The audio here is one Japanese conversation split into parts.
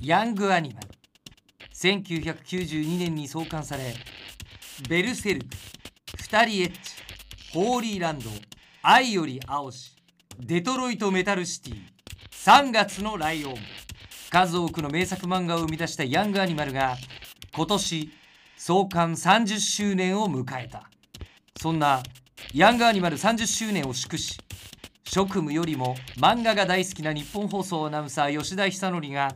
ヤングアニマル1992年に創刊されベルセルク二人エッチホーリーランド愛より青しデトロイトメタルシティ3月のライオン数多くの名作漫画を生み出したヤングアニマルが今年創刊30周年を迎えたそんなヤングアニマル30周年を祝し職務よりも漫画が大好きな日本放送アナウンサー吉田久典が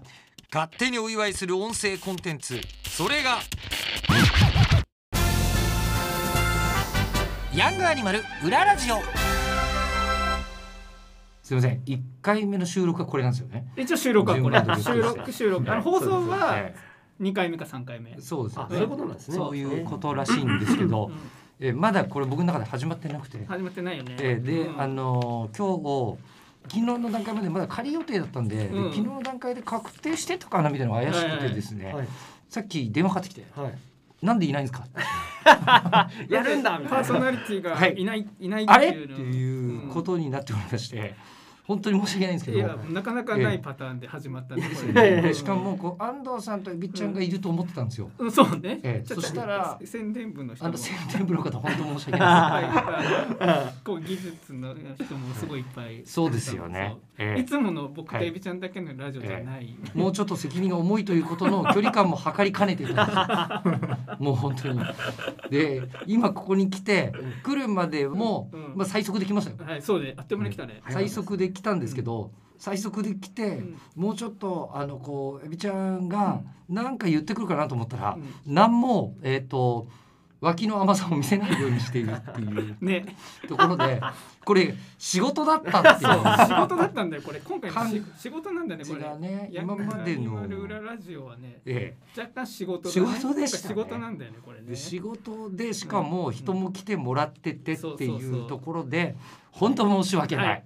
勝手にお祝いする音声コンテンツそれがヤングアニマル裏ラジオすいません1回目の収録はこれなんですよね一応収録はこれ順番で収録収録あの放送はええ2回目か3回目そうですよあそういうことなんですねそういうことらしいんですけど、えーまだこれ僕の中で始まってなくて、始まってないよねえーで、うんあのー今日昨日の段階までまだ仮予定だったんで,で、うん昨日の段階で確定してたかなみたいなのが怪しくてですね、はいさっき電話かかってきてはい「なんでいないんですか?やるんだみパたーいソなナリティがはいいないいない」あれっってていういうことになっておりまして、本当に申し訳ないんですけのいやど。なかなかないパターンで始まったねこいやいれやでしかもこう安藤さんとエビちゃんがいると思ってたんですよ。うんそうねええちょっとそしたら宣伝部の人あものいっ宣伝部の方本当申し訳ないぱい あのこう技術の人もすごいいっぱいです。そうですよねそう。ええいつもの僕はといエビちゃんだけのラジオじゃないもうちょっと責任が重いということの距離感も測りかねてたん ですよもう本当にで今ここに来て来るまでも、うんまあ、最速できましたよはいそうねあっという間に来たね最速で来たんですけど、最速で来て、んもうちょっとあのこうエビちゃんが何か言ってくるかなと思ったら、うん何もえっ、と脇の甘さを見せないようにしているっていうねところでこれ仕事だったっていう仕事だったんだよこれ今回感し仕事なんだねこ違うれねヤング今までのアニマル裏ラジオはねええ若干仕事だね仕事でしたね今回仕事なんだよねこれねで仕事でしかも人も来てもらっててってそうそういそううところで本当申し訳ない、はい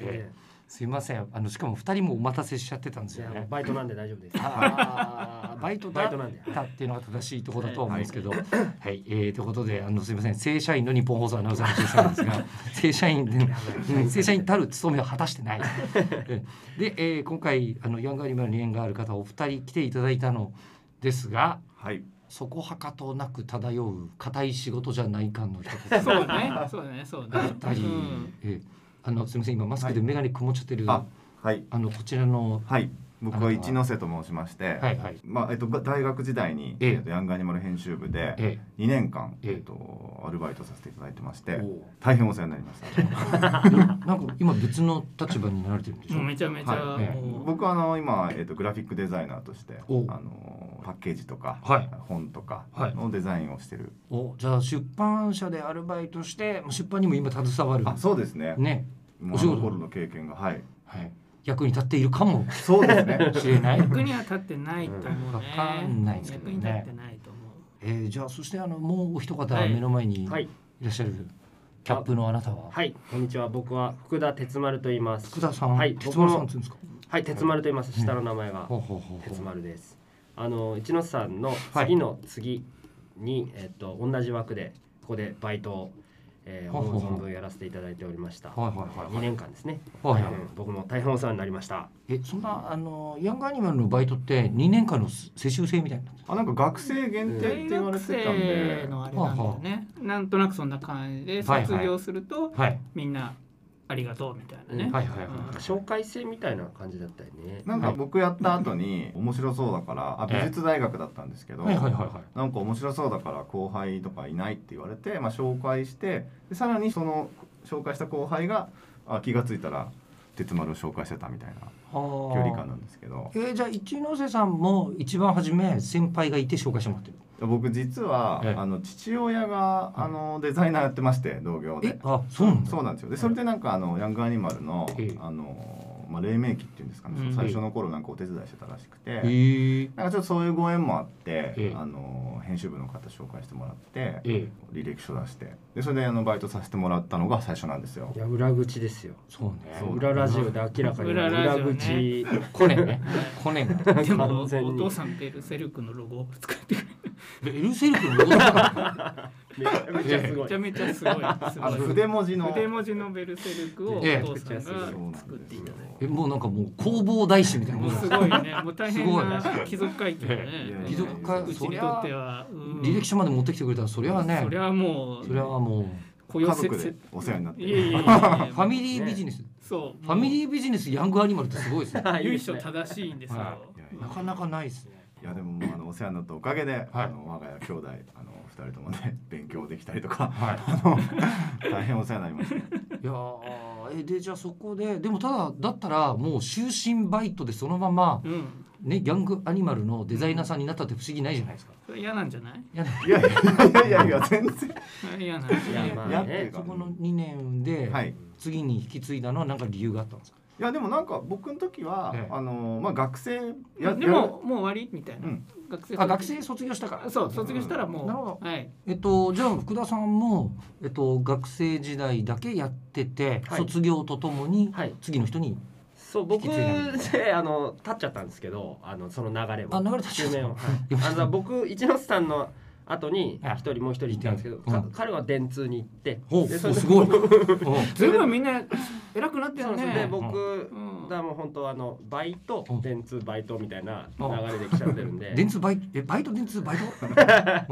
いやいやいすいませんあのしかも2人もお待たせしちゃってたんですよやいやねバイトなんで大丈夫です。あーバイトだっバイトなんでたっていうのが正しいところだとは思うんですけど、はいえーということであのすいません正社員の日本放送アナウンサーの吉田さんですが正社員でうん 正社員たる務めを果たしてない。えで、えー今回あのヤングアニマルに縁がある方お二人来ていただいたのですがはい。そこはかとなく漂う固い仕事じゃない感の人たちそうねそうねそうねだったり、うんえあのすみません今マスクで眼鏡曇っちゃってる、あ、はい。あのこちらのはい。僕あはなたは一ノ瀬と申しまして、はいはいまあえっとが大学時代に、えええっとヤングアニマル編集部でえ2年間、えええっとアルバイトさせていただいてましえて、お大変お世話になりま した。なんか今別の立場になられてるんでしょ、もうめちゃめちゃはいもう僕はあの今えっとグラフィックデザイナーとして、あおのパッケージとか、はい本とかはいのデザインをしてる。おじゃあ出版社でアルバイトして出版にも今携わるあ、そうですね。ね、もおう仕あ事の頃の経験がはい。はい、役に立っているかもそうで すね。しれない 僕には立ってないと思うねわかんないですけど役ねに立ってないと思えー、じゃあそしてあのもうお一方はい目の前にいはいらっしゃるキャップのあなたは、はいこんにちは僕は福田哲丸と言います。福田さん、はい鉄僕丸さんっのて言うんですかはい哲丸と言います下の名前がほうほうほうほう哲丸です。あの一ノ瀬さんの次の次にえっと同じ枠でここでバイトをえーほうほう思うほう存分やらせていただいておりました。はいはいはい2年間ですね。はいうん僕も大変お世話になりました。えそんなあのヤングアニマルのバイトって2年間の世襲制みたいなあ、なんか学生限定うって大言わ学れてたんで生。のあれなんだよねなんとなくそんな感じはでいはい卒業するとはいみんなありがとうみたいなうねんはいはいはいうん紹介制みたいな感じだったよね。なんか僕やった後に面白そうだからあ美術大学だったんですけど、はいはいはいはいなんか面白そうだから後輩とかいないって言われて、まあ、紹介してでさらにその紹介した後輩があ気が付いたら鉄丸を紹介してたみたいな距離感なんですけどえー、じゃあ一ノ瀬さんも一番初め先輩がいて紹介してもらってる僕実はええあの父親があのデザイナーやってまして同業えであそうなんだそうなんですよでそれでなんかあのヤングアニマルのええあの、まあ、黎明期っていうんですかね、そのうん最初の頃なんかお手伝いしてたらしくて。へえなんかちょっとそういうご縁もあって、ええあの編集部の方紹介してもらって、ええ履歴書出してでそれであのバイトさせてもらったのが最初なんですよい。や裏口ですよ。そうねそう裏ラジオで明らかに裏ラ裏ジオね口コネねコネがでも完全にお父さんベルセルクのロゴを使ってくれるベルセルクのロゴだっためちゃくちゃすごめいちゃ。めちゃすごいすあのごい筆文字の筆文字のベルセルクをおええ父さんそうながんですよ作っていただいえもうなんかもう工房大師みたいてなももうすのごいねもう大変なすごいね貴族階級だねいやいやいや貴族かうちそにりとゃっては、うん履歴書まで持ってきてくれたらそりゃあねそれはもうそれはもう雇家用せ族でお世話になっていやいやいやいやファミリービジネス、そうファミーリービジネスヤングアニマルってすごいですねあいいで由す緒ね正しいんですよ、はいや いなやかなかないですねいやでももうあのお世話になったおかげで、あの我が家兄弟あの二人ともね 勉強できたりとか、あの大変お世話になりました、ね、いやーえでじゃあそこででもただだったらもう終身バイトでそのままうんねギャングアニマルのデザイナーさんになったって不思議ないじゃないですかそれ嫌なんじゃないいやいやいやいやいや全然嫌なんじゃないいやまあやっていねう。そかこの2年ではい次に引き継いだのは何か理由があったんですかいやでもなんか僕の時は、ええあのまあ学生やでももう終わりみたいな、うん学生あ学生卒業したからそう卒業したらもう、なるほはいえっと、じゃあ福田さんも、えっと、学生時代だけやってて、はい卒業とともに、はい次の人にそう僕引き継いだであの立っちゃったんですけどあのその流れをあ流れ立っちゃった襲名を、はい、あの僕一ノ瀬さんの後にはい一人もう一人行ったんですけど、うんか彼は電通に行っておでおそれです ごいお随分みんな偉くなってそうるですでね僕うんだからもう本当あのバイトうん電通バイトみたいな流れで来ちゃってるんで電通バイトえバイト電通 バイト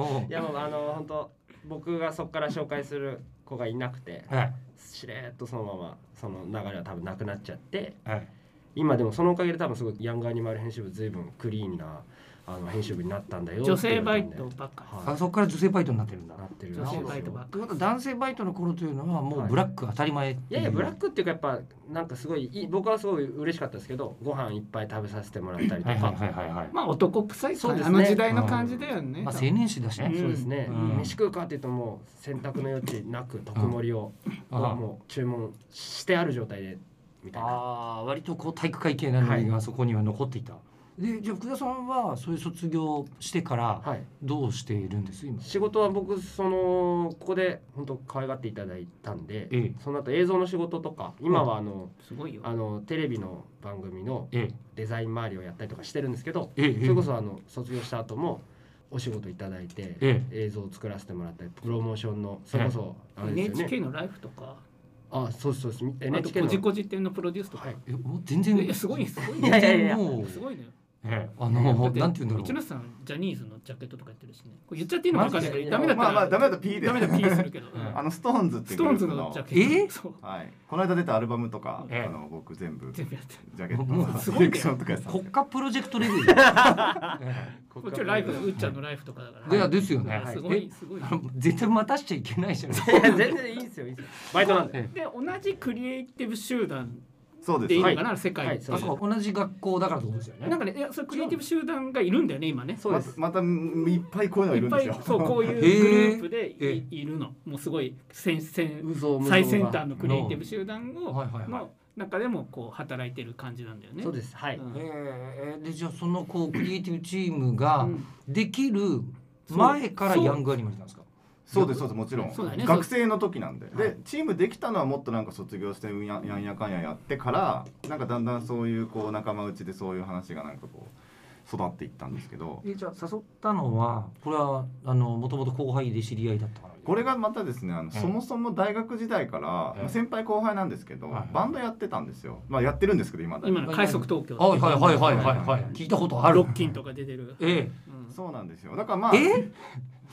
おういやもうあの本当僕がそこから紹介する子がいなくてはいしれーっとそのままその流れは多分なくなっちゃってはい今でもそのおかげで多分すごいヤングアニマル編集部随分クリーンなあの編集部になったんだよって女言性わバれたイんでトばっかあはそこから女性バイトになってるんいだなってるりら女しい性ですバイトよばっとかいうことは男性バイトの頃というのはもうはいブラック当たり前っていうやいやブラックっていうかやっぱなんかすごいいい僕はすごい嬉しかったですけどご飯いっぱい食べさせてもらったりとはいはいかはいはいはい、まあ男臭いそうですねあの時代の感じだよね、まあ、青年誌だしね、うんそうですねうん飯食うかっていうともう選択の余地なく特盛りをああもう注文してある状態でみたいなあー割とこう体育会系なのりがそこには残っていた、でじゃあ福田さんはそういう卒業してからはいどうしているんです今仕事は僕そのここで本当可愛がっていただいたんで、ええその後映像の仕事とか今はあの,、すごいよあのテレビの番組のえデザイン周りをやったりとかしてるんですけど、えええそれこそあの卒業した後もお仕事いただいて、え映像を作らせてもらったりプロモーションのそれこそあれですよね NHK のライフとかあそうですそうですあと NHK このじこじ店のプロデュースとか、はいえもう全然いやすごいすごいいやいやいやもうすごいのよええあのなんて言うんだ一ろノ瀬さんジャニーズのジャケットとかやってるしねこれ言っちゃっていいのか分かんないけどダマメだジでったら、まあまあダメだったら P でダメだったら P するけど、んあのストーンズっていスうトグーンルーズプのジャケえッートそうはい、この間出たアルバムとか、ええあの僕全部ジ全部やってるャケットもうのすセごいねレクションとかやってうた国家プロジェクトレベル えこっちはライフだうっちゃんのライフとかだから、えいやですよね、あすごえいすごいあの絶対待たしちゃいけないじゃないですいかや 全然いいですよいいですよバイトなんでえで同じクリエイティブ集団そうででいいすのかはいな、世界、はいそえうあそうか同じ学校だからってことですよねなんかねいやそれクリエイティブ集団がいるんだよね今ねそうですまたまたいっぱいこういうのがいいるっんでぱすいよそうこういうグループでい,、えいるのもうすごい先先嘘無最双先が端のクリエイティブ集団を、はいはいはいの中でもこう働いてる感じなんだよね。そうですはい、うんええでじゃあそのこうクリエイティブチームがうんできる前からヤングアニマルなんですか そうですそうですもちろん、そうだよね学生の時なんで、はいでチームできたのはもっとなんか卒業してうんややんやかんややってからなんかだんだんそういうこう仲間内でそういう話がなんかこう育っていったんですけどえじゃあ誘ったのはこれはあのもともと後輩で知り合いだったからこれがまたですねあの、そもそも大学時代から、ええまあ先輩後輩なんですけど、はいはいバンドやってたんですよまあやってるんですけど今だに今の快速東京はいはいはいはいはいははいい聞いたことあるロッキンとか出てる。えうんそうなんですよだからまあええ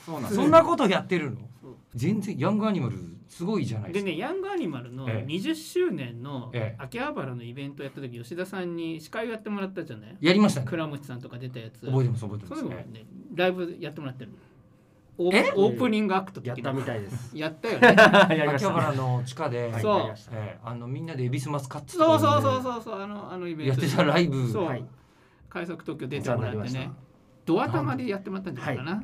そうなんですそんなことやってるのそう全然ヤングアニマルすごいじゃないでですかね、ヤングアニマルのええ20周年のええ秋葉原のイベントやった時吉田さんに司会をやってもらったじゃないやりましたね倉持さんとか出たやつ覚えてます覚えてそまれすもえねライブやってもらってるオーえプオープニングアクトや的ったみなたいで すやったよねえ秋葉原の地下ではいそうやりましたええあのみんなで恵比寿マスカッツそうそうそううそうそうあのあのイベンやっトでてたライブそう、はい快速東京出てもらお世話っにてなりねまドア玉でやってもらったんじゃないかな、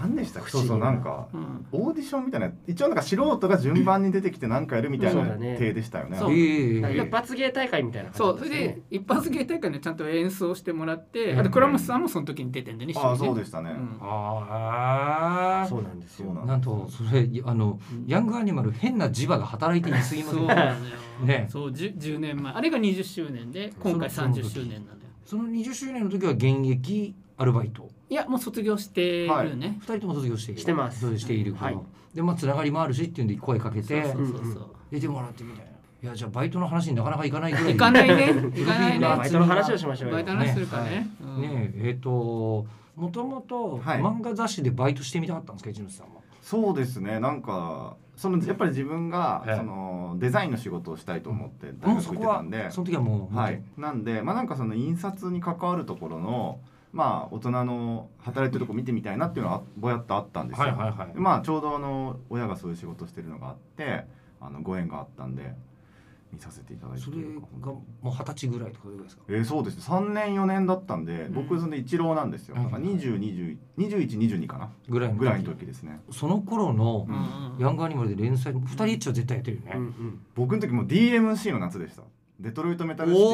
何でしたっけ不思そ議うそなうなんかうんうんオーディションみたいな一応なんか素人が順番に出てきて何かやるみたいそうなだね体でしたよねそうええなんか一え発芸大会みたいなそ感うじそだれったんですねで一発芸大会でちゃんと演奏してもらってうんあと倉本さんもその時に出てんでねああそうででしたね、うんあそうなんですよそうなあんなんとそれあのヤングアニマル変な磁場が働いていすぎませそうんなのよねそう 10, 10年前あれが20周年で今回そのその30時周年なのよその20周年の時は現役アルバイトいやもう卒業してるよね、二人とも卒業しているしてますそうしているから、はいでまあつながりもあるしっていうんで声かけてそうそうそうそう、出てもらってみたいないやじゃあバイトの話になかなかいかないぐらい行かないね 行かないねバイトの話をしましょうよバイトの話するからねうんねええっ、ともともとはい漫画雑誌でバイトしてみたかったんですか一ノ瀬さんは。そうですねなんかそのやっぱり自分が、はいそのデザインの仕事をしたいと思って大もう学そこ行ってたはんでその時はもう、はい、なんでまあなんかその印刷に関わるところのまあ大人の働いてるとこ見てみたいなっていうのはぼやっとあったんですよ、はいはいはいでまあちょうどあの親がそういう仕事してるのがあってあのご縁があったんで見させていただいてそとれいがうかもう二十歳ぐらいとかいうことですか。えー、そうですね3年4年だったんでう僕んその一郎なんですよ、うんだから202122かなぐらいのぐらいの時ですねその頃のうんヤングアニマルで連載二人一致は絶対やってるよね。うんうん僕の時も DMC の夏でしたデトロイトメタルシテお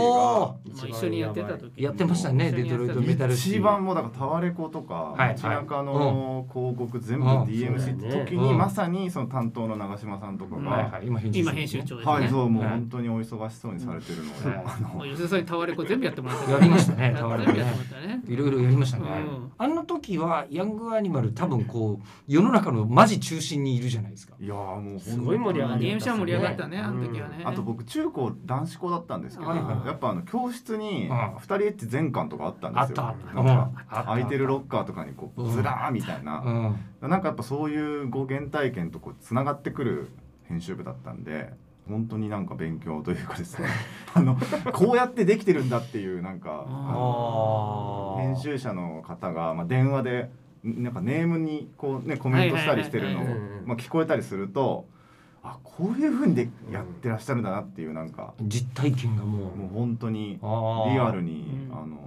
ィまあ、一緒にやってた時やってましたねうんデトロイトメタがルシティ一番もうだからタワレコとかはい街中の広告全部うんそ DMC うだっよねて時うにんまさにその担当の長嶋さんとかうんはいがはい今編集今編集長長ですね、はいそうもうはい本当にお忙しそうにされてるのうんをあものう吉田さんにタワレコ全部やってもらったからやりましたねタワレコ全部やってねも。らったねいろいろやりましたね、うんあの時はヤングアニマル多分こう世の中のマジ中心にいるじゃないですか。いやーもう本当にすごい盛り上がりだったっすねゲームショー盛り上がったねあの時はねあと僕中高男子校だったんですけどはいはいはいやっぱあの教室にうん二人エッチ全巻とかあったんであすっよた。なんかあった空いてるロッカーとかにこうんうずらーみたいなう、ん。なんかやっぱそういう語源体験とこうつながってくる編集部だったんで本当になんか勉強というかですね あのこうやってできてるんだっていうなんかあああの。編集者の方が、まあ、電話でんなんかネームにこう、ね、コメントしたりしてるのはをいはいはいはいまあ聞こえたりするとあこういうふうにでやってらっしゃるんだなっていうなんか実体験がもう。もう本当にあーリアルにうんあの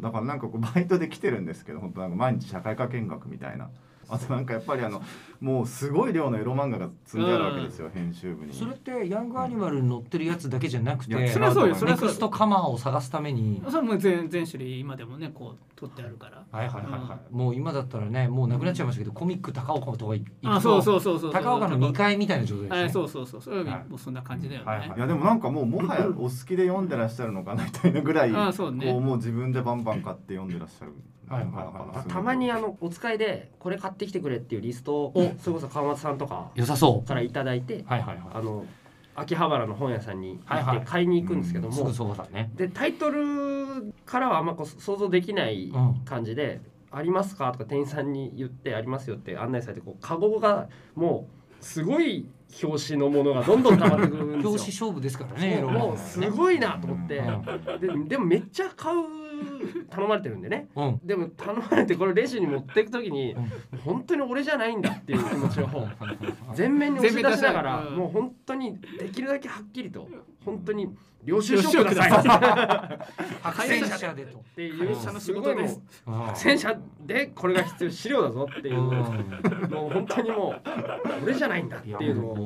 だからなんかこうバイトで来てるんですけど本当なんか毎日社会科見学みたいなあとなんかやっぱりあのもうすごい量のエロ漫画が積んであるわけですよ、編集部にそれってヤングアニマルに乗ってるやつだけじゃなくて、いやそれはそうよそネれはそクうよストカマーを探すために。それも全全種類今でもねこう取ってあるからはいはいはいはい。もう今だったらね、もうなくなっちゃいましたけど、コミック高岡とか行くとあそうそうそうそう高岡の2回階みたいな状態ですね。あそうそうそうそれははいもうそんな感じだよね、はいはいやでもなんかもうもはやお好きで読んでらっしゃるのかなみたいなぐらいあそうねこうもう自分でバンバン買って読んでらっしゃるはいはいはいなんかなんかまあすごいたまにあのお使いでこれ買ってきてくれっていうリストをそれこそ川本さんとか良さそからいただいてう。はいはいあはの秋葉原の本屋さんにはい行はっいて買いに行くんですけどい。も、すぐそばだね。でタイトルからはあんまこう想像できない感じで「ありますか?」とか店員さんに言って「ありますよ」って案内されてこうカゴがもうすごい表紙のものがどんどん溜まってくるんですよ。 表紙勝負ですからね。そういろいろもうすごいなと思って、うででもめっちゃ買う頼まれてるんでねうん。でも頼まれてこれレジに持っていく時にうん本当に俺じゃないんだっていう気持ちを 全面に押し出しながら全面出したいうんもう本当にできるだけはっきりと本当に領収書ください 白戦車でと。っていう会社の仕事ですうん戦車でこれが必要資料だぞっていううもんう本当にもう俺じゃないんだっていやいうのもをう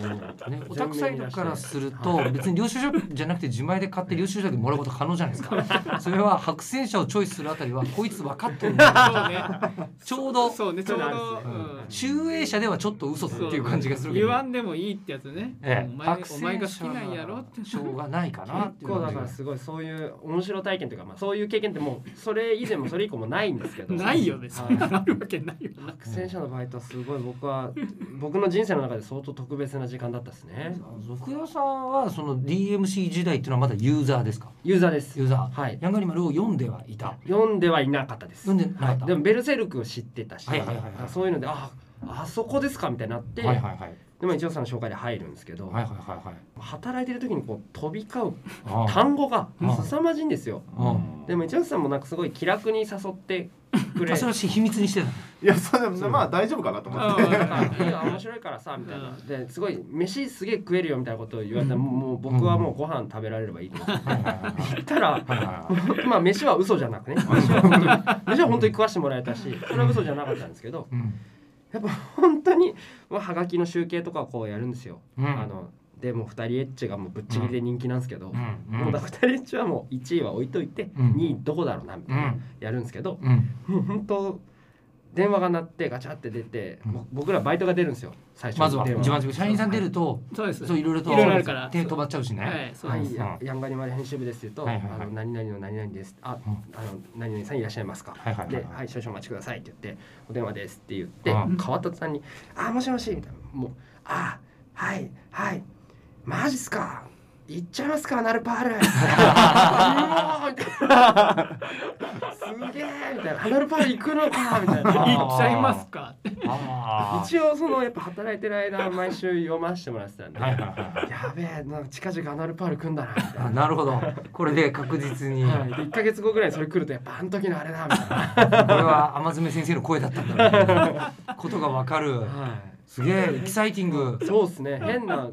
ね、オタクサイドからするはと別に領収書じゃなくて自前で買って領収書だけもらうこと可能じゃないですかそれは白戦車をチョイスするあたりはこいつ分かってるんだそうねちょうどそうねちょうど、ううんん中英社ではちょっと嘘っていう感じがするけ言どわんでもいいってやつね、ええお前白お前戦が車好きなんやろってはしょうがないかなってい結う構感だじからがすごいそういう面白体験というか、まあ、そういう経験ってもうそれ以前もそれ以降もないんですけ どないよねそはんないのあるわけないよね白戦車のバイトはすごい僕は 僕の人生の中で相当特別な時間だったで すね俗屋さんはその DMC 時代っていうのはまだユーザーですかユーザーですユーザーはいヤングアニマルを読んではいた読んではいなかったです読んでなかったでもベルセルクを知ってたし、はいはいはいはいそういうのでああそこですかみたいになって、はいはいはいでも一応さんの紹介で入るんですけど、はいはいはいはい働いてる時にこう飛び交うああ単語がうん凄まじいんですよ、うんでも一応さんもなんかすごい気楽に誘ってくれあそれは秘密にしてたいやそれまあ大丈夫かなと思ってなんかいや面白いからさみたいなですごい飯すげえ食えるよみたいなことを言われたら、もうもう僕はもうご飯食べられればいいと思ってはいはいはい言ったらはいはいはいまあ飯は嘘じゃなくね飯は本当に飯は本当に食わしてもらえたしそれは嘘じゃなかったんですけどうんやっぱ本当にまあはがきの集計とかをこうやるんですよ、うんあのでもう二人エッチがもうぶっちぎりで人気なんですけど、うんもうだから二人エッチはもう1位は置いといて、うん2位どこだろうなみたいなうんやるんですけどうんもう本当電話が鳴ってガチャって出て、うんぼ僕らバイトが出るんですよ最初まずは電自話慢自慢社員さん出るとそうです。そういろいろといろいろあるから手飛ばっちゃうしね、はい、そうはでい、す。やヤンガニマル編集部ですって言うと、はいはいはいあの何々の何々です。あ、うんあの何々さんいらっしゃいますか。はいはいはいはいで、はい、少々お待ちくださいって言って、お電話ですって言って、うん変わった途端に、あ、もしもしみたいな、もう、あ、はいはい、マジっすか。行っちゃいますかナルパール。う お ーみたいな。すげえみたいな。ナルパール行くのかみたい な。行っちゃいますか って。あ一応そのやっぱ働いて る間毎週読ませてもらってたんで、ーはいはいはいやべえなんか近々ナルパール来んだなみたいなあ。なるほどこれで確実に、はい、で1か月後ぐらいにそれ来るとやっぱあの時のあれだみたいな、これ は天爪先生の声だったんだろうなことがわかるはすげえエキサイティングい、そうですね変な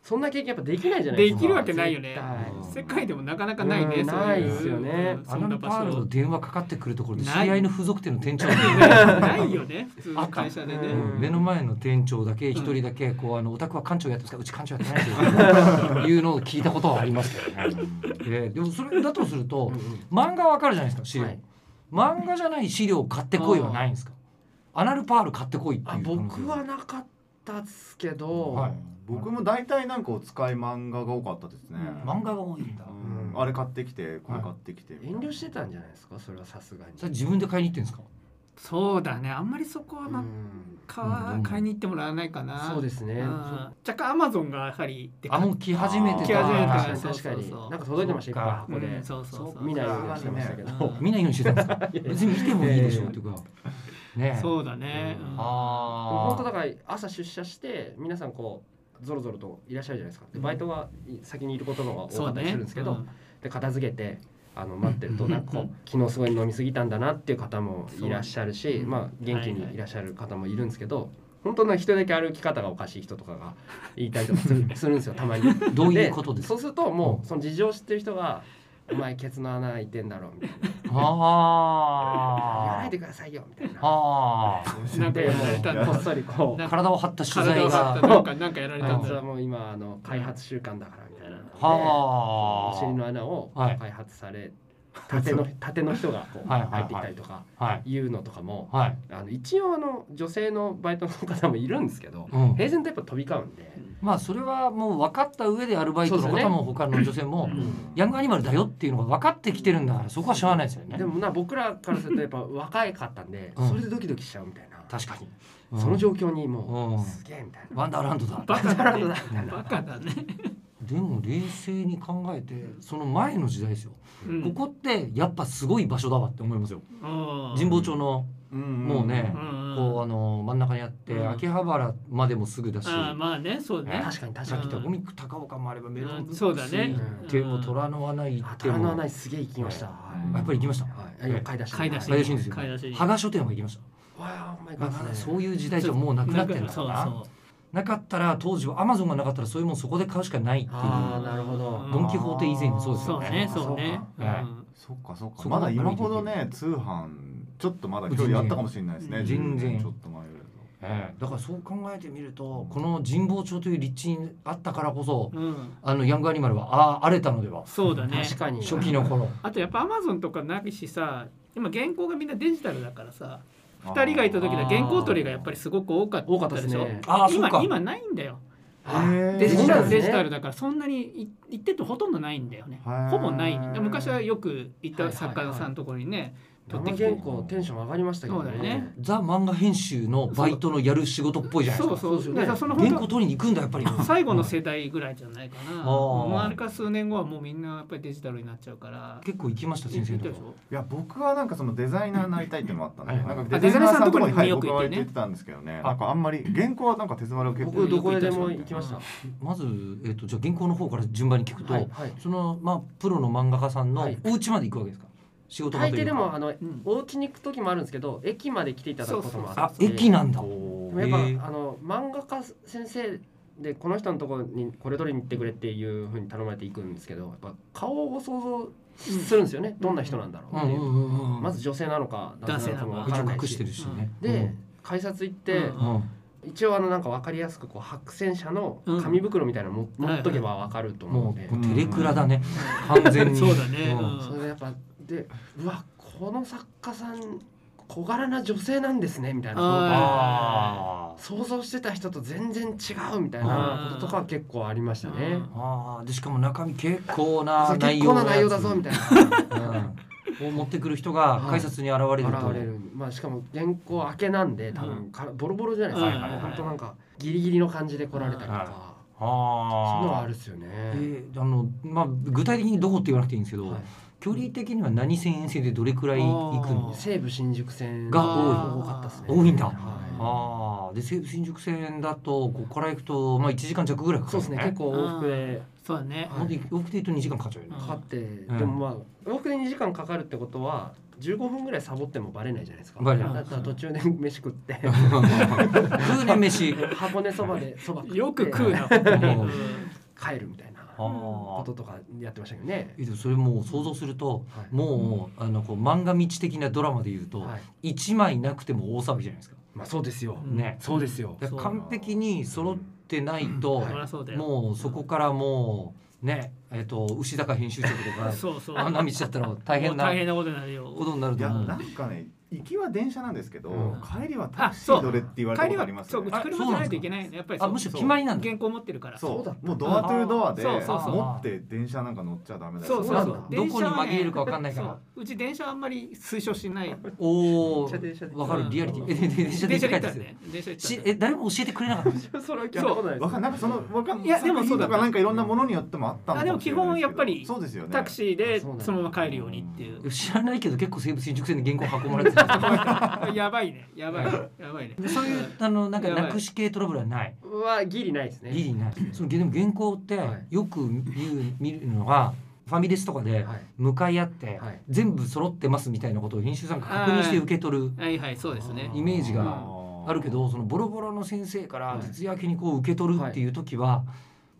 そんな経験やっぱできないじゃないでかきるわけないよね絶対世界でもなかなかないうんね。そうないいですよねうんアそナんなルパ場ール所の。電話かかってくるところで知ないり合いの付属店の店長ないよね。普通の会社であったね。うん目の前の店長だけ一人だけこうあのお宅は館長やってますかうち館長やってない ですよいうのを聞いたことはありますけどね、えーでもそれだとすると漫画わかるじゃないですか資料、はい漫画じゃない資料を買ってこいはないんですかアナルパール買ってこいっていあう僕はなかったっすけど、はい僕も大体なんかお使い漫画が多かったですね、漫画が多いんだうんあれ買ってきてこれ買ってきて、遠慮してたんじゃないですかそれはさすがにそれ自分で買いに行ってんですかそうだね。あんまりそこはうまんうかん買いに行ってもらわないかな。そうですすね若干アマゾンがやはりでかあいもう来始めてた来始めてた確かに確そかうにそうそうなんか届いてましたいっぱい箱で、うんそうそうそうそう見ないようにしてましたけど、うん見ないようにしてたんですか別に見てもいいでしょうとかねえそうだね。ううんんでもあ本当あだから朝出社して皆さんこうぞろぞろといらっしゃるじゃないですかうでんバイトはい先にいることの方が多そかうったね。りするんですけど、うんで片付けてあの待ってるとうんなんかこう昨日すごい飲み過ぎたんだなっていう方もいらっしゃるし、そうまあ、元気はいはにいいらっしゃる方もいるんですけど、本当な人だけ歩き方がおかしい人とかが言いたりとかする するんですよたまに。どういうことですかそうするともうその事情を知ってる人が「お前ケツの穴開いてんだろ」みたいなあ「やらなあいでくださいよ」みたいな。あなんかでやもられたんうこっだ。そりこうあなんか体を張った取材体を張ったがなんかなんかやられあたいんつはだ。もう今あの開発習慣だからみたいなのではお尻の穴をはい開発され 縦の縦の人がこうはいはいはい入ってきたりとかあはいいうのとかもはいあの一応あの女性のバイトの方もいるんですけどうん平然とやっぱ飛び交うんでまあそれはもう分かった上でアルバイトのそうです方よねも他の女性もうんヤングアニマルだよっていうのが分かってきてるんだからそこはしゃあないですよねでもな僕らからすると やっぱ若かったんでうんそれでドキドキしちゃうみたいな確かにうんその状況にもうんうすげえみたいなワンダーランドだバカだねバカだね。バカだね。でも冷静に考えてその前の時代ですようんここってやっぱすごい場所だわって思いますようん神保町のもうねうんこうあの真ん中にあってうん秋葉原までもすぐだしああまあねそうね。確かに確かさっにき言ったお肉高岡もあればメロンブックスそうだね行ってもうん虎の穴行あって虎の穴もにすげえ行きましたうんやっぱり行きましたはいはい買い出し買い出し怪しいんですよ買い出し羽賀書店も行きましたわあお前まあがまだそういう時代じゃもうなくなってるんだかそうらなそなかったら当時はアマゾンがなかったらそういうもんそこで買うしかないっていうあーなるほどうんドン・キホーテ以前にそうう。ですよそうねねそうね。そうかうんそっかそっそかこばまっかだり今ほどね通販ちょっとまだ距離あったかもしれないですね全然10年ちょっと前よりええだからそう考えてみるとこの神保町という立地にあったからこそうん。あのヤングアニマルはああ荒れたのではそうだね。確かに初期の頃あとやっぱアマゾンとかなきしさ今原稿がみんなデジタルだからさだと2人がいた時の原稿取りがやっぱりすごく多かった多かったですねでしょあーそうか今今ないんだよへーデジそうタなんルでデすねジタルだからそんなにい行ってとほとんどないんだよねへーほぼない昔はよく行ったはいはいはい作家さんのところにね取って生きて原稿テンション上がりましたけそどうだよねね。ザ漫画編集のバイトのやる仕事っぽいじゃないそでうすかそうそそううですよねだからその原本稿取りに行くんだやっぱり当 最後の世代ぐらいじゃないかなあーもうあれから数年後はもうみんなやっぱりデジタルになっちゃうから結構行きました行先っ生のたとでしこょいや僕はなんかそのデザイナーになりたいっていうのもあったんではいはいなんかデザイナーさんのところにあはデいザイナーさんのところによく行っ僕は行てっねてたんですけどねなんかあんまり原稿はなんか手詰まりを結構僕どこへでも行きました。まずえっとじゃあ原稿の方から順番に聞くとはいはいそのまあプロの漫画家さんはのいお家まで行くわけですか仕事場大とい抵うでかもあのうんお家に行く時もあるんですけど、駅まで来ていただくこともああるんですね。駅なんだでもやっぱへーあの漫画家先生でこの人のところにこれ取りに行ってくれっていうふうに頼まれて行くんですけど、やっぱ顔を想像するんですよね。どんな人なんだろううってんいうう。んうんうんまず女性なのか男性なのかわ男か性口らないを隠してるし。しねで改札行って。うんうん一応あのなんか分かりやすくこう白線車の紙袋みたいなのも、うん持っとけば分かると思うもんで、うもうテレクラだね完全に そうだねうんうんそれでやっぱでうわこの作家さん小柄な女性なんですねみたいなことあがあー想像してた人と全然違うみたいなこととかは結構ありましたね。あーでしかも中身結構そなう内結容構のやつな内容だぞみたいな。うんを持ってくる人が改札に現れると、現れるまあしかも原稿明けなんで多分からボロボロじゃないですか、はいはいはい本当なんかギリギリの感じで来られたりとはいか、そういうのはあああるっすよね、えーあのまあ、具体的にどこって言わなくていいんですけど、はい距離的には何線沿線でどれくらい行くのあー西武新宿線が多い多かったですね多いんだはああで西武新宿線だとここから行くと、まあ、1時間弱ぐらいかい、かそうるですね結構往復でそうだねはほんで往復で言うと2時間かかっちゃうよねうんかかって、んでもまあ往復で2時間かかるってことは15分ぐらいサボってもバレないじゃないですかバレないだったら途中で飯食って 食うね飯箱根そばでそば食ってよく食うな本当にうん帰るみたいなあこあととかやってましたけどね、えでもそれもう想像するとはいもうあのこう漫画道的なドラマで言うとはい、 1枚なくても大騒ぎじゃないですか。まあそうですよ、うんねそうですよだからそうだな完璧に揃ってないとそりゃそうだよもうそこからもうねえっと牛高編集長とかそうそうあんな道だったら大変もうな大変なことになるよことになるいとや思う。なんかね行きは電車なんですけど、うん帰りはタクシーどれって言われた帰りことあはりますそようねあ車じゃないといけないねやっぱりそうあむしろそう決まりなんだ原稿持ってるからそうそうだったもうドアトゥードアでそうそうそう持って電車なんか乗っちゃダメだよそうそうそうどこに紛れるか分分かんないからうち電車あんまり推奨しないおお電車電車でわかるリアリティえでで電車で電車帰でっ行たったんでよすよね電車で行しったえ誰も教えてくれなかったんですよそれは聞いたことないですわかんなんかそのわかんいやでもそうだ作品とかなんかいろんなものによってもあったのかもしれないですけあどでも基本やっぱりそうですよねタクシーであそうなんだそのまま帰るようにっていう知らないけど結構西武新宿線で原稿運ばれてたんですよやばいねやばいやばいねそういうあのなんかなくし系トラブルはない。はギリないですねギリない。そのでも原稿ってはいよく見る見るのがファミレスとかではい向かい合ってはい全部揃ってますみたいなことを編集さんが確認して受け取るはいはいそうですねイメージうんがあるけどそのボロボロの先生から徹夜明けにこう受け取るっていう時は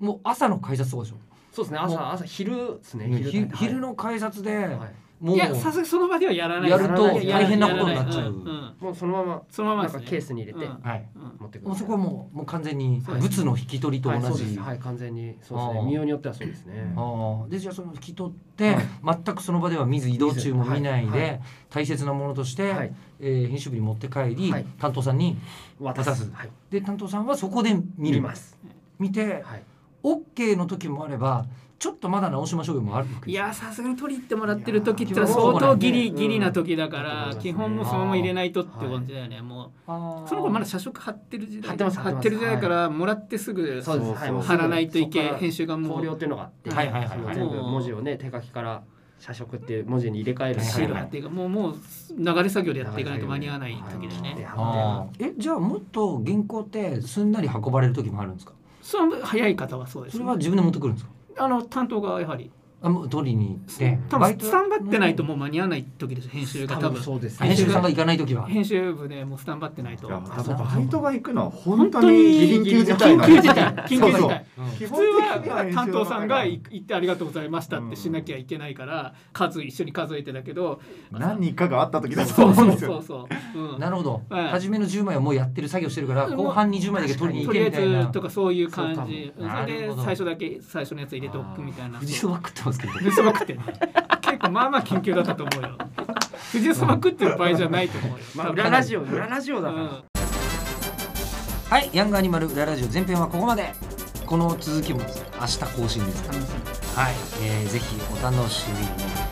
もう朝の改札とかでしょ。そうですねも朝朝昼ですねねひ帯昼の改札ではいもういやさすがにその場ではやらないやると大変なことになっちゃうやらないんんもうそのままそのままなんですかねケースに入れてうんはい。うん持ってくるもうそこはもうもう完全にそうです物の引き取りとはい同そうでじす。はい完全にそうですあねー見ようによってはそうですねああでじゃあその引き取って、全くその場では見ず移動中も見ないで、見ずはい大切なものとして、はいえー編集部に持って帰り、はい担当さんに渡渡すはいで担当さんはそこで見る見ます見てはい OK の時もあればちょっとまだ直しましょうよもあるわけですいやさすがに取り入ってもらってる時ってのはいやー相当ギそリうだねギリな時だから、うん基本もそのまま入れないとって感じだよね、もあうーその子まだ社食貼ってる時代貼ってます貼ってる時代から、もらってすぐそうですそうはいもう貼らないといけそこから編集がも考慮っうていうのがあってはいはいはいはいその全部文字をね手書きから社食っていう文字に入れ替えるはいシはいール貼っていくもうもう流れ作業でやっていかないと間に合わない時だよね、あーえじゃあもっと原稿ってすんなり運ばれる時もあるんですかその早い方はそうですそれねは自分で持ってくるんですかあの担当がやはりあもう取りに行って多バ分イトスタンバってないともう間に合わない時です編集が多分そうです編集さんが行かない時は編集部でもうスタンバってないといやあそうかバイトが行くのは本当に緊急事緊態な急んで事すよ態緊急事態 うん基普本通的には編集の中担当さんが行く行ってありがとうございましたってしなきゃいけないから数一緒に数えてだけど何かがあった時だとそう思うそうんですそようそう、うん、なるほど、はい初めの10枚はもうやってる作業してるから後半20枚だけ取りに行とけりあえみたいなずとかそういう感じそうかもそれなるでほど最初だけ最初のやつ入れておくみたいな藤そば食ってますけど藤そば食ってんの結構まあまあ緊急だったと思うよ藤そば食ってる場合じゃないと思うよ、まあ裏ラジオ裏ラジオオだからはいヤングアニマル裏ラジオ前編はここまでこの続きも明日更新ですからはい、えーぜひお楽しみに